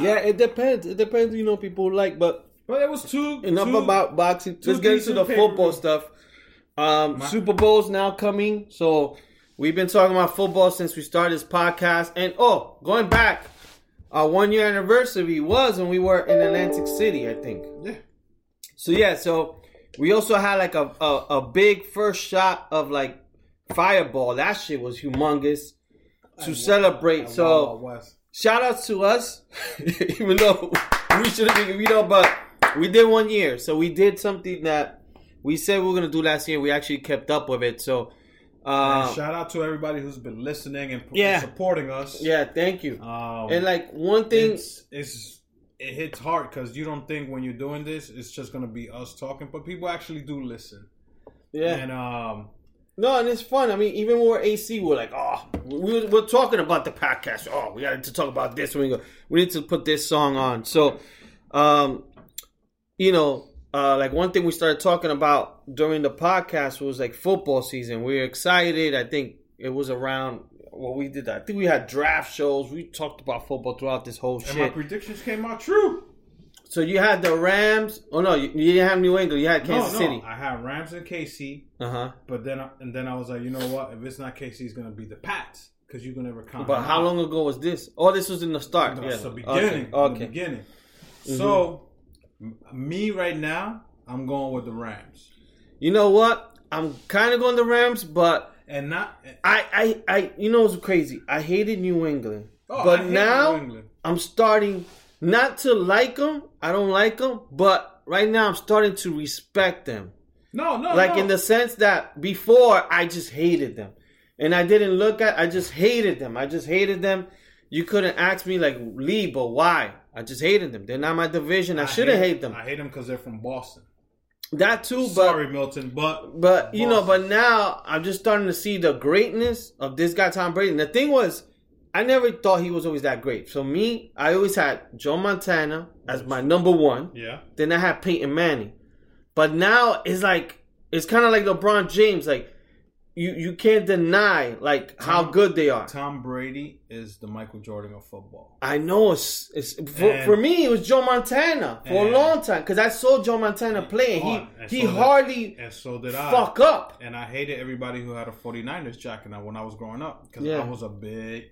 S4: yeah. It depends. It depends. You know, people like, but
S5: But it was two.
S4: enough
S5: two-
S4: about boxing.
S5: two
S4: Let's get into
S5: decent
S4: the football
S5: pay-per-view.
S4: stuff. Um, Super Bowl's now coming, so we've been talking about football since we started this podcast. And oh, going back, our one year anniversary was when we were in Atlantic City, I think.
S5: Yeah.
S4: So yeah, so we also had like a a, a big first shot of like fireball. That shit was humongous to celebrate. so.
S5: Wild West.
S4: shout outs to us, even though we should have been, you know, but we did one year. So we did something that we said we were going to do last year. We actually kept up with it. So, uh,
S5: Shout out to everybody who's been listening and
S4: Yeah.
S5: supporting us.
S4: yeah, thank you.
S5: Um,
S4: And like one thing,
S5: it's, it's it hits hard because you don't think when you're doing this it's just gonna be us talking, but people actually do listen.
S4: yeah.
S5: And um,
S4: No, and it's fun. I mean, even when we're AC, we're like, oh, we, we- we're talking about the podcast. Oh, we got to talk about this. We, go, we need to put this song on. So, um, you know, uh, like one thing we started talking about during the podcast was like football season. We were excited. I think it was around well, we did that. I think we had draft shows. We talked about football throughout this whole
S5: And my
S4: shit.
S5: predictions came out true.
S4: so you had the Rams. Oh no, you, you didn't have New England. You had Kansas
S5: no, no,
S4: City.
S5: I had Rams and KC,
S4: Uh huh.
S5: but then I, and then I was like, you know what? If it's not KC, it's gonna be the Pats because you can never count.
S4: But
S5: them
S4: how
S5: out.
S4: long ago was this? Oh, this was in the start.
S5: No,
S4: yeah.
S5: it's the beginning.
S4: Okay. okay. Mm-hmm.
S5: The beginning. So, m- me right now, I'm going with the Rams,
S4: You know what? I'm kind of going the Rams, but
S5: and not.
S4: I, I, I, you know what's crazy? I hated New England,
S5: Oh,
S4: but
S5: I hate
S4: now
S5: New England.
S4: I'm starting not to like them. I don't like them, but right now I'm starting to respect them.
S5: No, no,
S4: like
S5: Oh, no.
S4: in the sense that before I just hated them, and I didn't look at. I just hated them. I just hated them. You couldn't ask me like Lee, but why? I just hated them. They're not my division. I, shouldn't hate, them.
S5: I hate them because they're from Boston.
S4: that too, but
S5: Sorry, Milton, but
S4: but you know, but now I'm just starting to see the greatness of this guy Tom Brady. And the thing was, I never thought he was always that great. So me, I always had Joe Montana as my number one.
S5: yeah,
S4: Then I had Peyton Manning. But now it's like it's kind of like LeBron James. Like you you can't deny like how good they are.
S5: Tom Brady is the Michael Jordan of football.
S4: I know it's, it's for,
S5: And-
S4: for me it was Joe Montana for a
S5: and-
S4: long time because I saw Joe Montana play and
S5: Oh, and
S4: he he
S5: so did-
S4: hardly
S5: and so did I.
S4: fuck up.
S5: And I hated everybody who had a 49ers jacket on when I was growing up because
S4: Yeah.
S5: I was a big,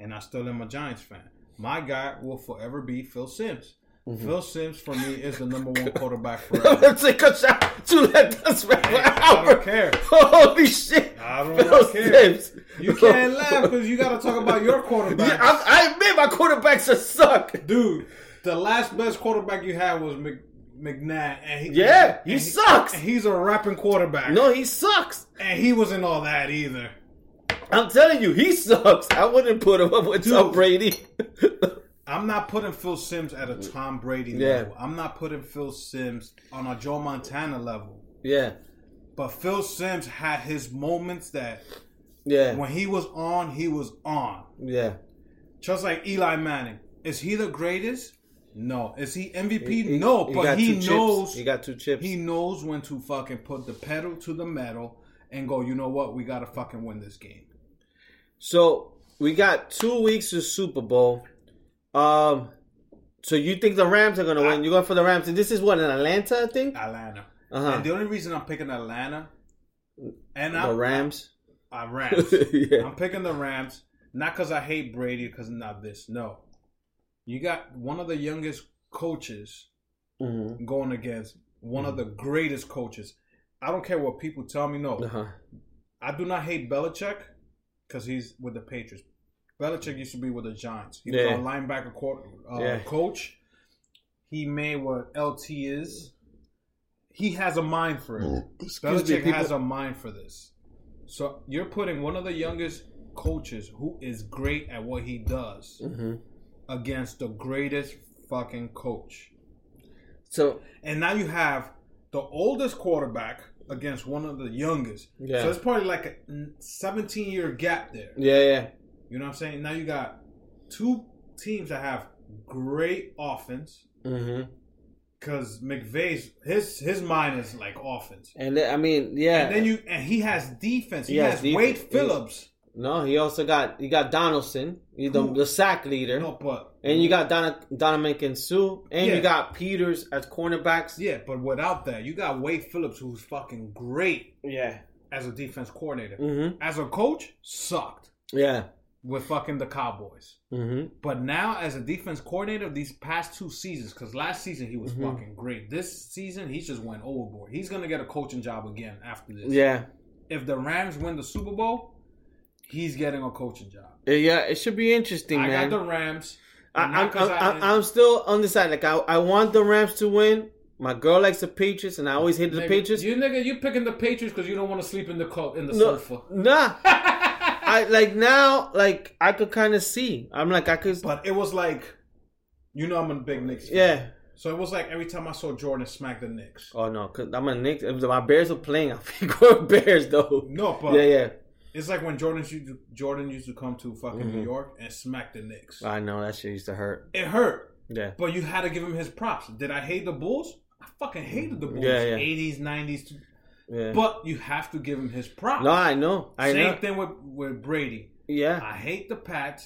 S5: and I still am a Giants fan. My guy will forever be Phil Sims.
S4: Mm-hmm.
S5: Phil Sims for me is the number one quarterback forever.
S4: Let's take a shot to let us wrap
S5: I don't care.
S4: Holy shit.
S5: I don't
S4: Phil
S5: care.
S4: Sims.
S5: You can't laugh because you got to talk about your
S4: Yeah,
S5: quarterback,
S4: I, I admit my quarterbacks are suck.
S5: dude. The last best quarterback you had was Mc, McNabb, and he,
S4: Yeah, he
S5: and
S4: sucks.
S5: and he's a rapping quarterback.
S4: No, he sucks.
S5: and he wasn't all that either.
S4: I'm telling you, he sucks. I wouldn't put him up with Tom
S5: Dude.
S4: Brady.
S5: I'm not putting Phil Sims at a Tom Brady
S4: Yeah.
S5: level. I'm not putting Phil Sims on a Joe Montana level.
S4: yeah,
S5: But Phil Sims had his moments that
S4: yeah,
S5: when he was on, he was on.
S4: yeah.
S5: Just like Eli Manning. Is he the greatest? No. Is he MVP?
S4: He-
S5: no.
S4: he
S5: but
S4: got
S5: he
S4: two chips.
S5: knows
S4: He got two chips.
S5: he knows when to fucking put the pedal to the metal and go, you know what, we gotta fucking win this game.
S4: so we got two weeks of Super Bowl. Um, so you think the Rams are gonna win? You're going for the Rams, and this is what in Atlanta, I think.
S5: Atlanta.
S4: Uh-huh.
S5: And the only reason I'm picking Atlanta and
S4: the
S5: I'm
S4: Rams.
S5: I Rams.
S4: Yeah.
S5: I'm picking the Rams, not because I hate Brady, because not this. No, you got one of the youngest coaches
S4: Mhm.
S5: going against one of the greatest coaches. I don't care what people tell me. No,
S4: Uh-huh.
S5: I do not hate Belichick because he's with the Patriots. Belichick used to be with the Giants. He
S4: Yeah.
S5: was a linebacker court, uh,
S4: Yeah.
S5: coach. He made what LT is. He has a mind for it.
S4: me,
S5: Belichick
S4: people-
S5: has a mind for this. So you're putting one of the youngest coaches who is great at what he does
S4: Mm-hmm.
S5: against the greatest fucking coach.
S4: So
S5: And now you have the oldest quarterback against one of the youngest.
S4: Yeah.
S5: So it's probably like a 17 year gap there.
S4: yeah, yeah.
S5: You know what I'm saying? Now you got two teams that have great offense
S4: Mm-hmm.
S5: because McVay's his his mind is like offense.
S4: And then, I mean, yeah.
S5: And then you and he has defense. He,
S4: He has
S5: has,
S4: defense.
S5: Wade
S4: He's-
S5: Phillips.
S4: no, he also got you got Donaldson, he's the,
S5: Who-
S4: the sack leader,
S5: No, but
S4: and you got Donna, Donovan Kinsu, and
S5: Yeah.
S4: you got Peters as cornerbacks.
S5: yeah, but without that, you got Wade Phillips, who's fucking great
S4: Yeah,
S5: as a defense coordinator.
S4: Mhm.
S5: As a coach, sucked
S4: yeah.
S5: with fucking the Cowboys.
S4: Mm-hmm.
S5: But now, as a defense coordinator, these past two seasons, because last season he
S4: Mm-hmm.
S5: was fucking great. This season he just went overboard. He's gonna get a coaching job again after this.
S4: Yeah,
S5: If the Rams win the Super Bowl, he's getting a coaching job.
S4: yeah. It should be interesting,
S5: I
S4: man.
S5: got the Rams.
S4: I,
S5: Not
S4: I'm,
S5: 'cause
S4: I'm, I'm, I'm still undecided. Like I, I want the Rams to win. My girl likes the Patriots, and I always hated the
S5: Nigga,
S4: Patriots.
S5: You nigga, you picking the Patriots because you don't want to sleep in the co- in the
S4: No,
S5: sofa.
S4: nah. I like now, like I could kind of see. I'm like I could,
S5: But it was like, you know, I'm a big Knicks. Fan.
S4: yeah.
S5: So it was like every time I saw Jordan smack the Knicks.
S4: Oh no, cause I'm a Knicks. If my Bears are playing, I'm going Bears though.
S5: No, but
S4: yeah, yeah.
S5: it's like when Jordan used to, Jordan used to come to fucking
S4: Mm-hmm.
S5: New York and smack the Knicks.
S4: I know that shit used to hurt.
S5: It hurt.
S4: Yeah,
S5: But you had to give him his props. Did I hate the Bulls? I fucking hated the Bulls.
S4: Yeah, yeah.
S5: 80s, 90s.
S4: yeah.
S5: But you have to give him his props.
S4: no, I know. I
S5: Same
S4: know.
S5: thing with, with Brady.
S4: Yeah.
S5: I hate the Pats,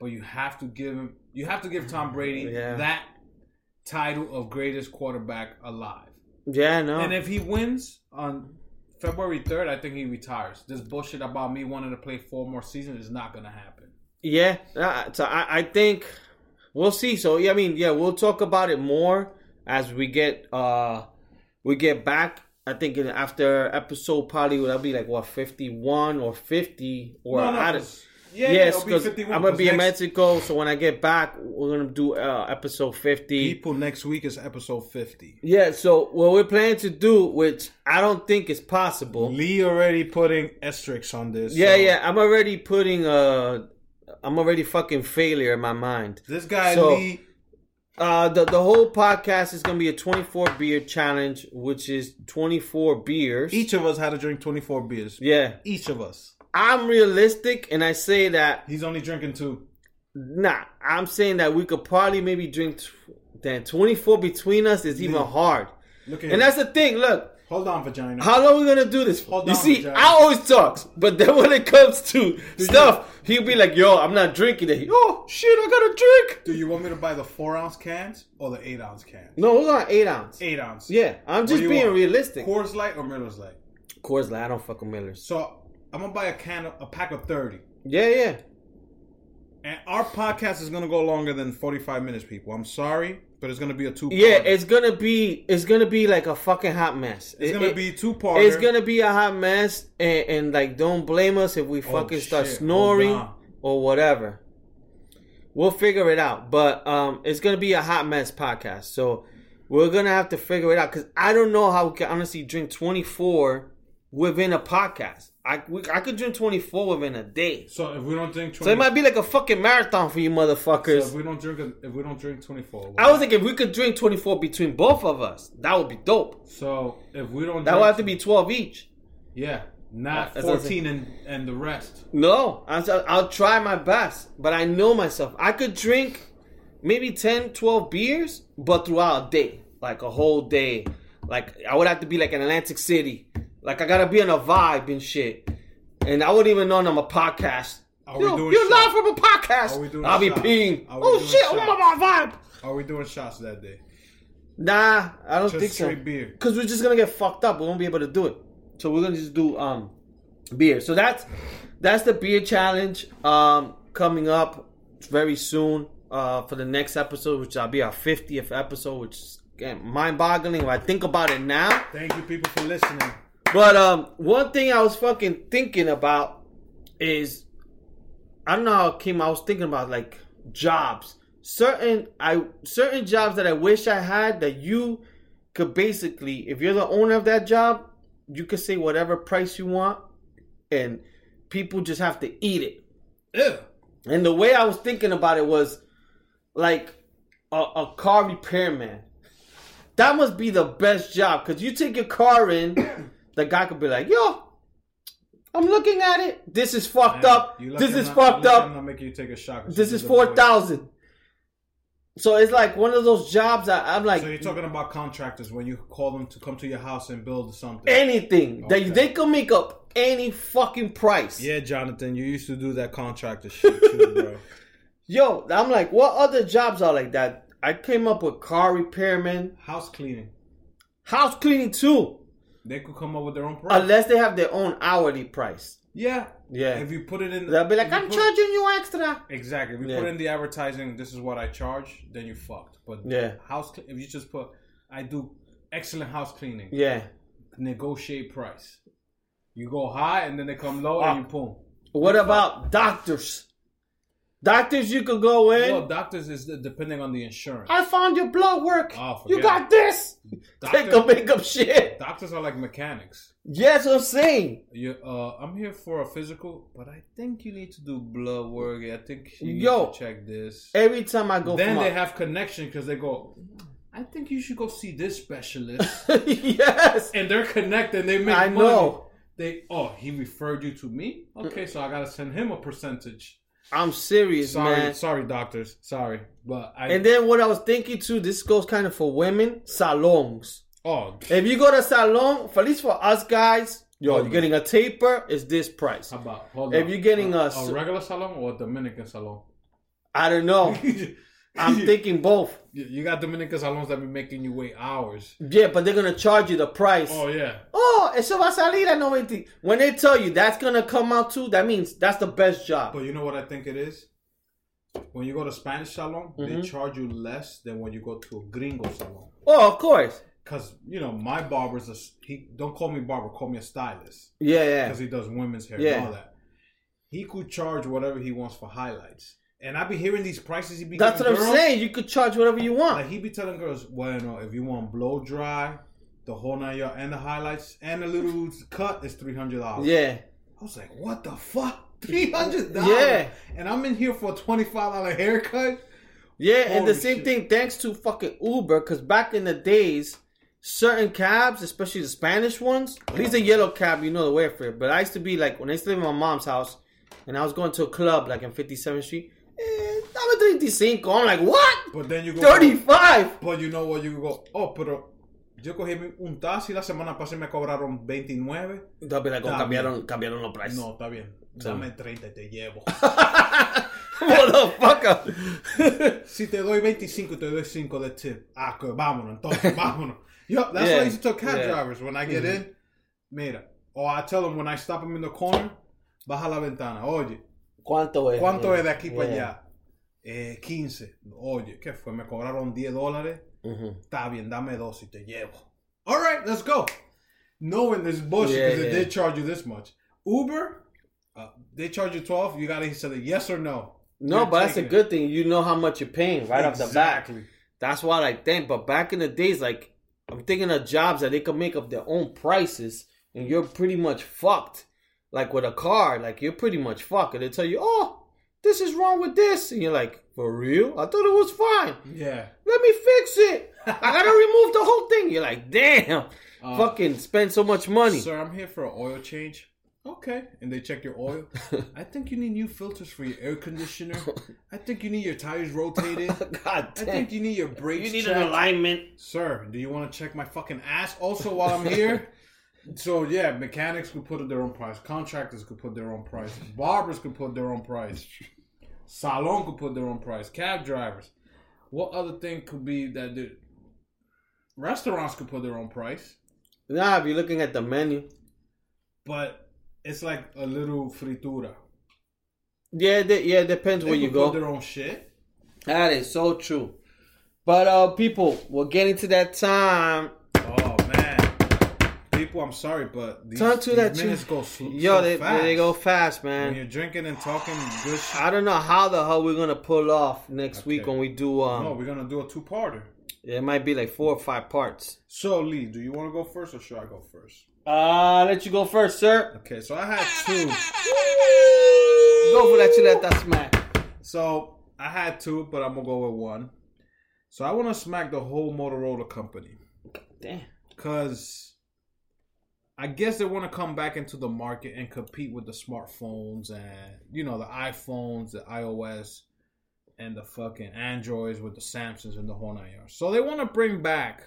S5: but you have to give him. You have to give Tom Brady
S4: Yeah.
S5: that title of greatest quarterback alive.
S4: Yeah, no.
S5: And if he wins on February third, I think he retires. This bullshit about me wanting to play four more seasons is not gonna happen.
S4: Yeah, uh, so I, I think we'll see. So yeah, I mean, yeah, we'll talk about it more as we get uh we get back. I think in- after episode probably that'll be like what fifty one or fifty or
S5: No, no,
S4: I don't-
S5: 'cause- yeah, yeah,
S4: yes,
S5: it'll be
S4: because
S5: 51,
S4: I'm gonna
S5: 'cause
S4: be in
S5: next-
S4: Mexico. So when I get back, we're gonna do uh, episode fifty.
S5: People next week is episode fifty.
S4: Yeah. So what we're planning to do, which I don't think is possible,
S5: Lee already putting asterisks on this.
S4: Yeah,
S5: so
S4: yeah. I'm already putting uh I'm already fucking failure in my mind.
S5: This guy
S4: So-
S5: Lee
S4: Uh the the whole podcast is gonna be a 24 beer challenge, which is 24 beers.
S5: Each of us had to drink 24 beers.
S4: yeah.
S5: Each of us.
S4: I'm realistic and I say that
S5: He's only drinking two.
S4: nah, I'm saying that we could probably maybe drink tw- then 24 between us is even hard.
S5: Look at
S4: And
S5: him.
S4: that's the thing, look.
S5: Hold on, vagina.
S4: How long we gonna do this? for?
S5: Hold
S4: you
S5: on,
S4: see,
S5: Jack.
S4: I always talk, but then when it comes to stuff, he'll be like, "Yo, I'm not drinking it." Oh shit, I gotta drink.
S5: Do you want me to buy the four ounce cans or the eight ounce cans?
S4: No, we're on eight ounce.
S5: Eight ounce.
S4: Yeah, I'm
S5: What
S4: just
S5: do you
S4: being
S5: want?
S4: realistic. Of
S5: Coors Light or Miller's Light?
S4: course, like I don't fuck with Millers.
S5: So I'm gonna buy a can, of, a pack of thirty,
S4: Yeah, yeah.
S5: and our podcast is gonna go longer than forty-five minutes, people. I'm sorry, but it's gonna be a two.
S4: Yeah, it's gonna be it's gonna be like a fucking hot mess.
S5: it's
S4: It-
S5: gonna
S4: it-
S5: be two parts.
S4: it's gonna be a hot mess, and, and like don't blame us if we fucking start
S5: Oh, shit. Hold
S4: snoring
S5: on.
S4: or whatever. We'll figure it out, but um, it's gonna be a hot mess podcast, so we're gonna have to figure it out because I don't know how we can honestly drink twenty four within a podcast. I we, I could drink twenty four within a day,
S5: So if we don't drink, 20,
S4: so it might be like a fucking marathon for you
S5: so
S4: motherfuckers.
S5: if we don't drink, a- if we don't drink twenty-four,
S4: I was thinking if we could drink twenty four between both of us, that would be dope.
S5: so if we don't,
S4: That
S5: drink,
S4: would have to be twelve each.
S5: yeah, not
S4: That's what I'm
S5: fourteen and and the rest.
S4: No, I said I'll try my best, but I know myself. I could drink maybe 10, 12 beers, but throughout a day, like a whole day. Like I would have to be like in Atlantic City. Like I gotta be on a vibe and shit. And I wouldn't even know I'm a podcast.
S5: Are
S4: you
S5: we doing
S4: you're
S5: shots?
S4: live from a podcast.
S5: Are we doing
S4: I'll be
S5: shots?
S4: peeing.
S5: Are we
S4: Oh
S5: doing
S4: shit, I'm
S5: shots?
S4: on my vibe.
S5: Are we doing shots that day?
S4: Nah, I don't
S5: Just
S4: think so.
S5: straight beer.
S4: Cause we're just gonna get fucked up. We won't be able to do it. So we're gonna just do um beer. So that's that's the beer challenge um coming up very soon uh for the next episode, which will be our fiftieth episode, which is mind boggling if I think about it now.
S5: Thank you, people, for listening.
S4: But um, one thing I was fucking thinking about is I don't know how it came. I was thinking about like jobs, certain I certain jobs that I wish I had that you could basically, if you're the owner of that job, you could say whatever price you want, and people just have to eat it.
S5: Ew.
S4: And the way I was thinking about it was like a, a car repairman. That must be the best job because you take your car in, the guy could be like, "Yo, I'm looking at it. This is fucked up.
S5: You
S4: This
S5: lucky
S4: is
S5: I'm not-
S4: fucked
S5: lucky
S4: up.
S5: I'm not making you take a shot. 'cause
S4: this
S5: you
S4: is
S5: did the voice.
S4: four thousand. So it's like one of those jobs that I'm like,
S5: So you're talking about contractors when you call them to come to your house and build something.
S4: anything
S5: Okay.
S4: that they could make up any fucking price.
S5: yeah, Jonathan, you used to do that contractor shit too, bro.
S4: Yo, I'm like, what other jobs are like that? I came up with car repairman,
S5: House cleaning.
S4: house cleaning too.
S5: They could come up with their own price.
S4: Unless they have their own hourly price.
S5: yeah.
S4: Yeah.
S5: If you put it in
S4: They'll be like,
S5: if you
S4: I'm
S5: put-
S4: charging you extra.
S5: Exactly. If you
S4: Yeah.
S5: put in the advertising, this is what I charge, then you fucked. But
S4: Yeah.
S5: house cle- if you just put I do excellent house cleaning,
S4: Yeah.
S5: negotiate price. You go high and then they come low and you boom.
S4: What about doctors? Doctors, you could go in.
S5: Well, doctors is depending on the insurance.
S4: I found your blood work.
S5: Oh, forget
S4: you got this. Take a
S5: Doctor-
S4: makeup shit.
S5: Doctors are like mechanics.
S4: Yes, I'm saying.
S5: You, uh, I'm here for a physical, but I think you need to do blood work. I think you need
S4: Yo.
S5: to check this.
S4: Every time I go,
S5: then
S4: for
S5: they
S4: my-
S5: have connection because they go. I think you should go see this specialist,
S4: yes.
S5: and they're connected. They make
S4: I
S5: money.
S4: know.
S5: They oh he referred you to me. Okay, so I gotta send him a percentage.
S4: I'm serious,
S5: Sorry,
S4: man.
S5: sorry, doctors. Sorry, but I
S4: And then what I was thinking too, this goes kind of for women, salons.
S5: oh
S4: If you go to salon, for at least for us guys, Yo, you're getting a taper is this price.
S5: How about hold
S4: If
S5: on.
S4: you're getting
S5: a,
S4: a s-
S5: a regular salon or a Dominican salon?
S4: I don't know.
S5: you,
S4: I'm thinking both.
S5: you got Dominican salons that be making you wait hours.
S4: Yeah, but they're gonna charge you the price.
S5: Oh yeah.
S4: Oh, eso va a salir a 90. When they tell you that's gonna come out too, that means that's the best job.
S5: But you know what I think it is? When you go to Spanish salon,
S4: Mm-hmm.
S5: they charge you less than when you go to a gringo salon.
S4: Oh, of course.
S5: Cause you know my barber's a s- he don't call me barber, call me a stylist
S4: Yeah, yeah.
S5: because he does women's hair and
S4: Yeah.
S5: all that. He could charge whatever he wants for highlights, and I be hearing these prices. He be
S4: That's what
S5: giving
S4: I'm
S5: girls.
S4: saying. You could charge whatever you
S5: Like
S4: want.
S5: he be telling girls, well, you know, if you want blow dry, the whole nine yard and the highlights and the little cut is three hundred dollars.
S4: Yeah.
S5: I was like, what the fuck, three hundred dollars?
S4: Yeah.
S5: and I'm in here for a twenty five dollar haircut.
S4: Yeah, and the
S5: Holy
S4: same
S5: shit.
S4: thing thanks to fucking Uber, because back in the days, certain cabs, especially the Spanish ones, at least the yellow cab, you know the way for it. But I used to be like, when I used to live in my mom's house, and I was going to a club like in 57th Street, eh, I'm a 35. I'm like, what?
S5: But then you go
S4: 35?
S5: But you know what? You go, oh, pero yo cogí mi- un taxi la semana pasada y me cobraron 29.
S4: They'll be like, oh,
S5: Damn.
S4: cambiaron, cambiaron los prices.
S5: No, está bien. Dame 30 y te llevo.
S4: Motherfucker.
S5: si te doy 25 y te doy 5 de tip. Ah, que vámonos, entonces, vámonos. Yup, that's
S4: Yeah,
S5: why I used to tell cab
S4: yeah.
S5: drivers when I get in. Mira. Or I tell them when I stop them in the corner, baja la ventana. Oye,
S4: ¿Cuánto es?
S5: ¿cuánto
S4: Yeah.
S5: es de aquí para
S4: Yeah.
S5: allá? Eh, 15. Oye, ¿qué fue? Me cobraron 10 dólares. Está bien, dame dos y te llevo. All right, let's go. Knowing this bullshit,
S4: Yeah,
S5: because they
S4: yeah.
S5: did charge you this much. Uber, uh, they charge you 12. You got to say yes or no.
S4: No,
S5: You're
S4: but that's a
S5: taking it.
S4: good thing. You know how much you're paying right off the
S5: Exactly.
S4: bat. That's what I think. But back in the days, like I'm thinking of jobs that they could make up their own prices, and you're pretty much fucked. Like with a car, like you're pretty much fucked. And they tell you, "Oh, this is wrong with this," and you're like, "For real? I thought it was fine.
S5: Yeah.
S4: Let me fix it. I gotta remove the whole thing." You're like, "Damn, fucking spend so much money."
S5: Sir, I'm here for an oil change. Okay. And they check your oil. I think you need new filters for your air conditioner. I think you need your tires rotated.
S4: God
S5: I
S4: damn,
S5: think you need your brakes
S4: you need an
S5: checked.
S4: alignment.
S5: Sir, do you want to check my fucking ass also while I'm here? so yeah, mechanics could put their own price, contractors could put their own price, barbers could put their own price, salon could put their own price, cab drivers. What other thing could be that the restaurants could put their own price?
S4: Nah, if you're looking at the menu.
S5: But it's like a little fritura.
S4: Yeah, de- yeah, it depends
S5: They
S4: where you
S5: could
S4: go.
S5: put their own shit.
S4: That is so true. But uh people, we're getting to that time.
S5: Oh man, people, I'm sorry, but these,
S4: Time to
S5: these
S4: that
S5: minutes
S4: you-
S5: go sl-
S4: Yo,
S5: so
S4: they,
S5: fast.
S4: they go fast,
S5: When
S4: man.
S5: you're drinking and talking good shit.
S4: I don't know how the hell we're gonna pull off next week when we do um
S5: No, oh, we're gonna do a two-parter.
S4: it might be like four or five parts.
S5: So Lee, do you want to go first or should I go first?
S4: Uh I'll let you go first, sir.
S5: Okay, so I had two.
S4: Go for that chuleta smack.
S5: So I had two, but I'm gonna go with one. So I want to smack the whole Motorola company
S4: Damn.
S5: because I guess they want to come back into the market and compete with the smartphones and you know the iPhones, the iOS, and the fucking Androids with the Samsungs and the whole nine yards. So they want to bring back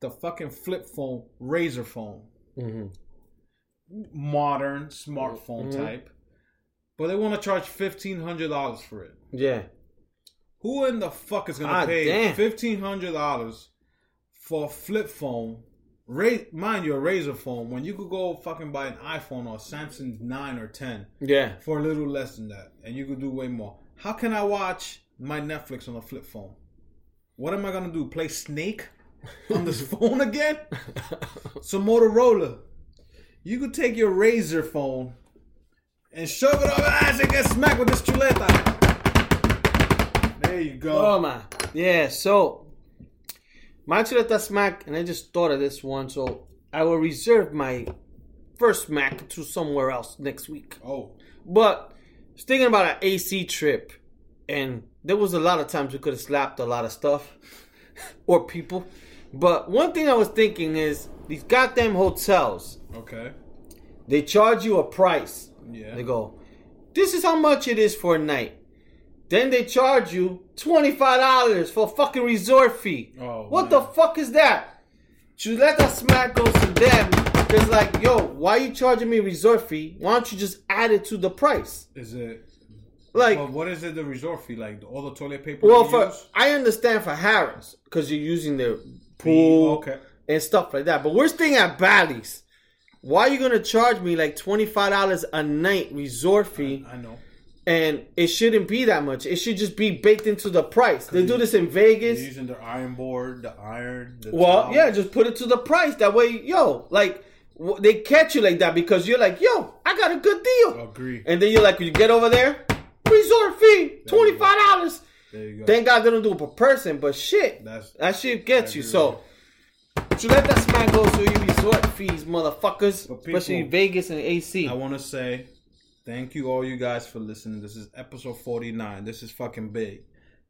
S5: the fucking flip phone, razor phone.
S4: Mm-hmm.
S5: modern smartphone type, but they want to charge fifteen hundred dollars for it.
S4: Yeah.
S5: Who in the fuck is gonna
S4: Ah,
S5: pay
S4: damn.
S5: fifteen hundred dollars for a flip phone? Ra- mind you, a razor phone when you could go fucking buy an iPhone or a Samsung nine or ten
S4: Yeah.
S5: for a little less than that, and you could do way more. How can I watch my Netflix on a flip phone? What am I gonna do? Play Snake on this phone again? So Motorola, you could take your Razor phone and shove it up your ass and get smacked with this chuleta. There you
S4: Oh
S5: go.
S4: my. Yeah, so my chuleta smack, and I just thought of this one, so I will reserve my first smack to somewhere else next week.
S5: oh,
S4: But I was thinking about an AC trip, and there was a lot of times we could have slapped a lot of stuff or people. But one thing I was thinking is these goddamn hotels,
S5: okay.
S4: they charge you a price.
S5: Yeah.
S4: They go, this is how much it is for a night. Then they charge you $25 for a fucking resort fee.
S5: Oh,
S4: what
S5: man.
S4: the fuck is that? Chuleta Smack goes to them. Because like, yo, why you charging me resort fee? Why don't you just add it to the price?
S5: Is it?
S4: Like,
S5: Well, what is it? The resort fee, like all the toilet paper.
S4: well,
S5: we
S4: for
S5: use? Mm,
S4: I understand for Harris because you're using the pool
S5: okay.
S4: and stuff like that. But we're staying at Bally's. Why are you gonna charge me like twenty five dollars a night resort fee?
S5: I know.
S4: And it shouldn't be that much. It should just be baked into the price. They do this in
S5: They're
S4: Vegas.
S5: using the iron board, the iron. The
S4: Well,
S5: towel.
S4: yeah, just put it to the price. That way, yo, like w- they catch you like that because you're like, yo, I got a good deal.
S5: Agree.
S4: And then you're like, you get over there, resort fee, twenty five dollars.
S5: There you go.
S4: Thank God they don't do it per person, but shit,
S5: That's-
S4: that shit gets
S5: I
S4: you.
S5: agree
S4: So, so let that smack go to your resort fees, motherfuckers,
S5: But people-
S4: especially Vegas and AC.
S5: I want to say thank you, all you guys, for listening. This is episode 49. This is fucking big.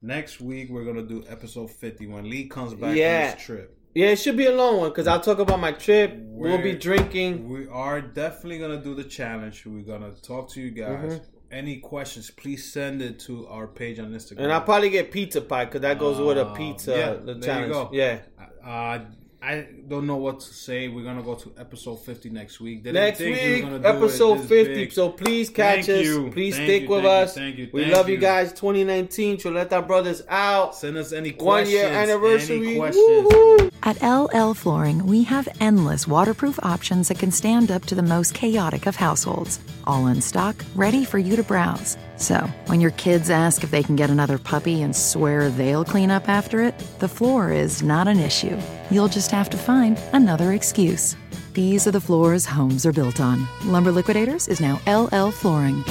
S5: Next week, we're going to do episode 50 when Lee comes back
S4: Yeah.
S5: from his trip.
S4: yeah, it should be a long one because I'll talk about my trip. we will be
S5: We're-
S4: drinking.
S5: We are definitely going to do the challenge. We're going to talk to you guys.
S4: Mm-hmm.
S5: Any questions, please send it to our page on Instagram.
S4: And I'll probably get pizza pie because that goes with a pizza
S5: Ah, yeah,
S4: the
S5: there you
S4: challenge.
S5: go.
S4: Yeah.
S5: Uh, I don't know what to say. We're gonna go to episode fifty next week. They didn't
S4: Next
S5: think we were
S4: week,
S5: gonna do it
S4: episode
S5: this
S4: 50.
S5: big.
S4: So please catch
S5: Thank
S4: us.
S5: you.
S4: Please
S5: Thank
S4: stick
S5: you,
S4: with
S5: thank you,
S4: us.
S5: thank you,
S4: we
S5: thank
S4: love you
S5: you.
S4: guys. 2019, Chuleta Brothers out.
S5: send us any questions.
S4: One year
S5: any
S4: anniversary.
S5: questions.
S4: Woo-hoo.
S3: At LL Flooring, we have endless waterproof options that can stand up to the most chaotic of households, all in stock, ready for you to browse. So, when your kids ask if they can get another puppy and swear they'll clean up after it, the floor is not an issue. You'll just have to find another excuse. These are the floors homes are built on. Lumber Liquidators is now LL Flooring.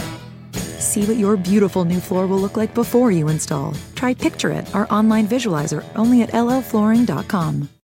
S3: See what your beautiful new floor will look like before you install. Try Picture It, our online visualizer, only at llflooring.com.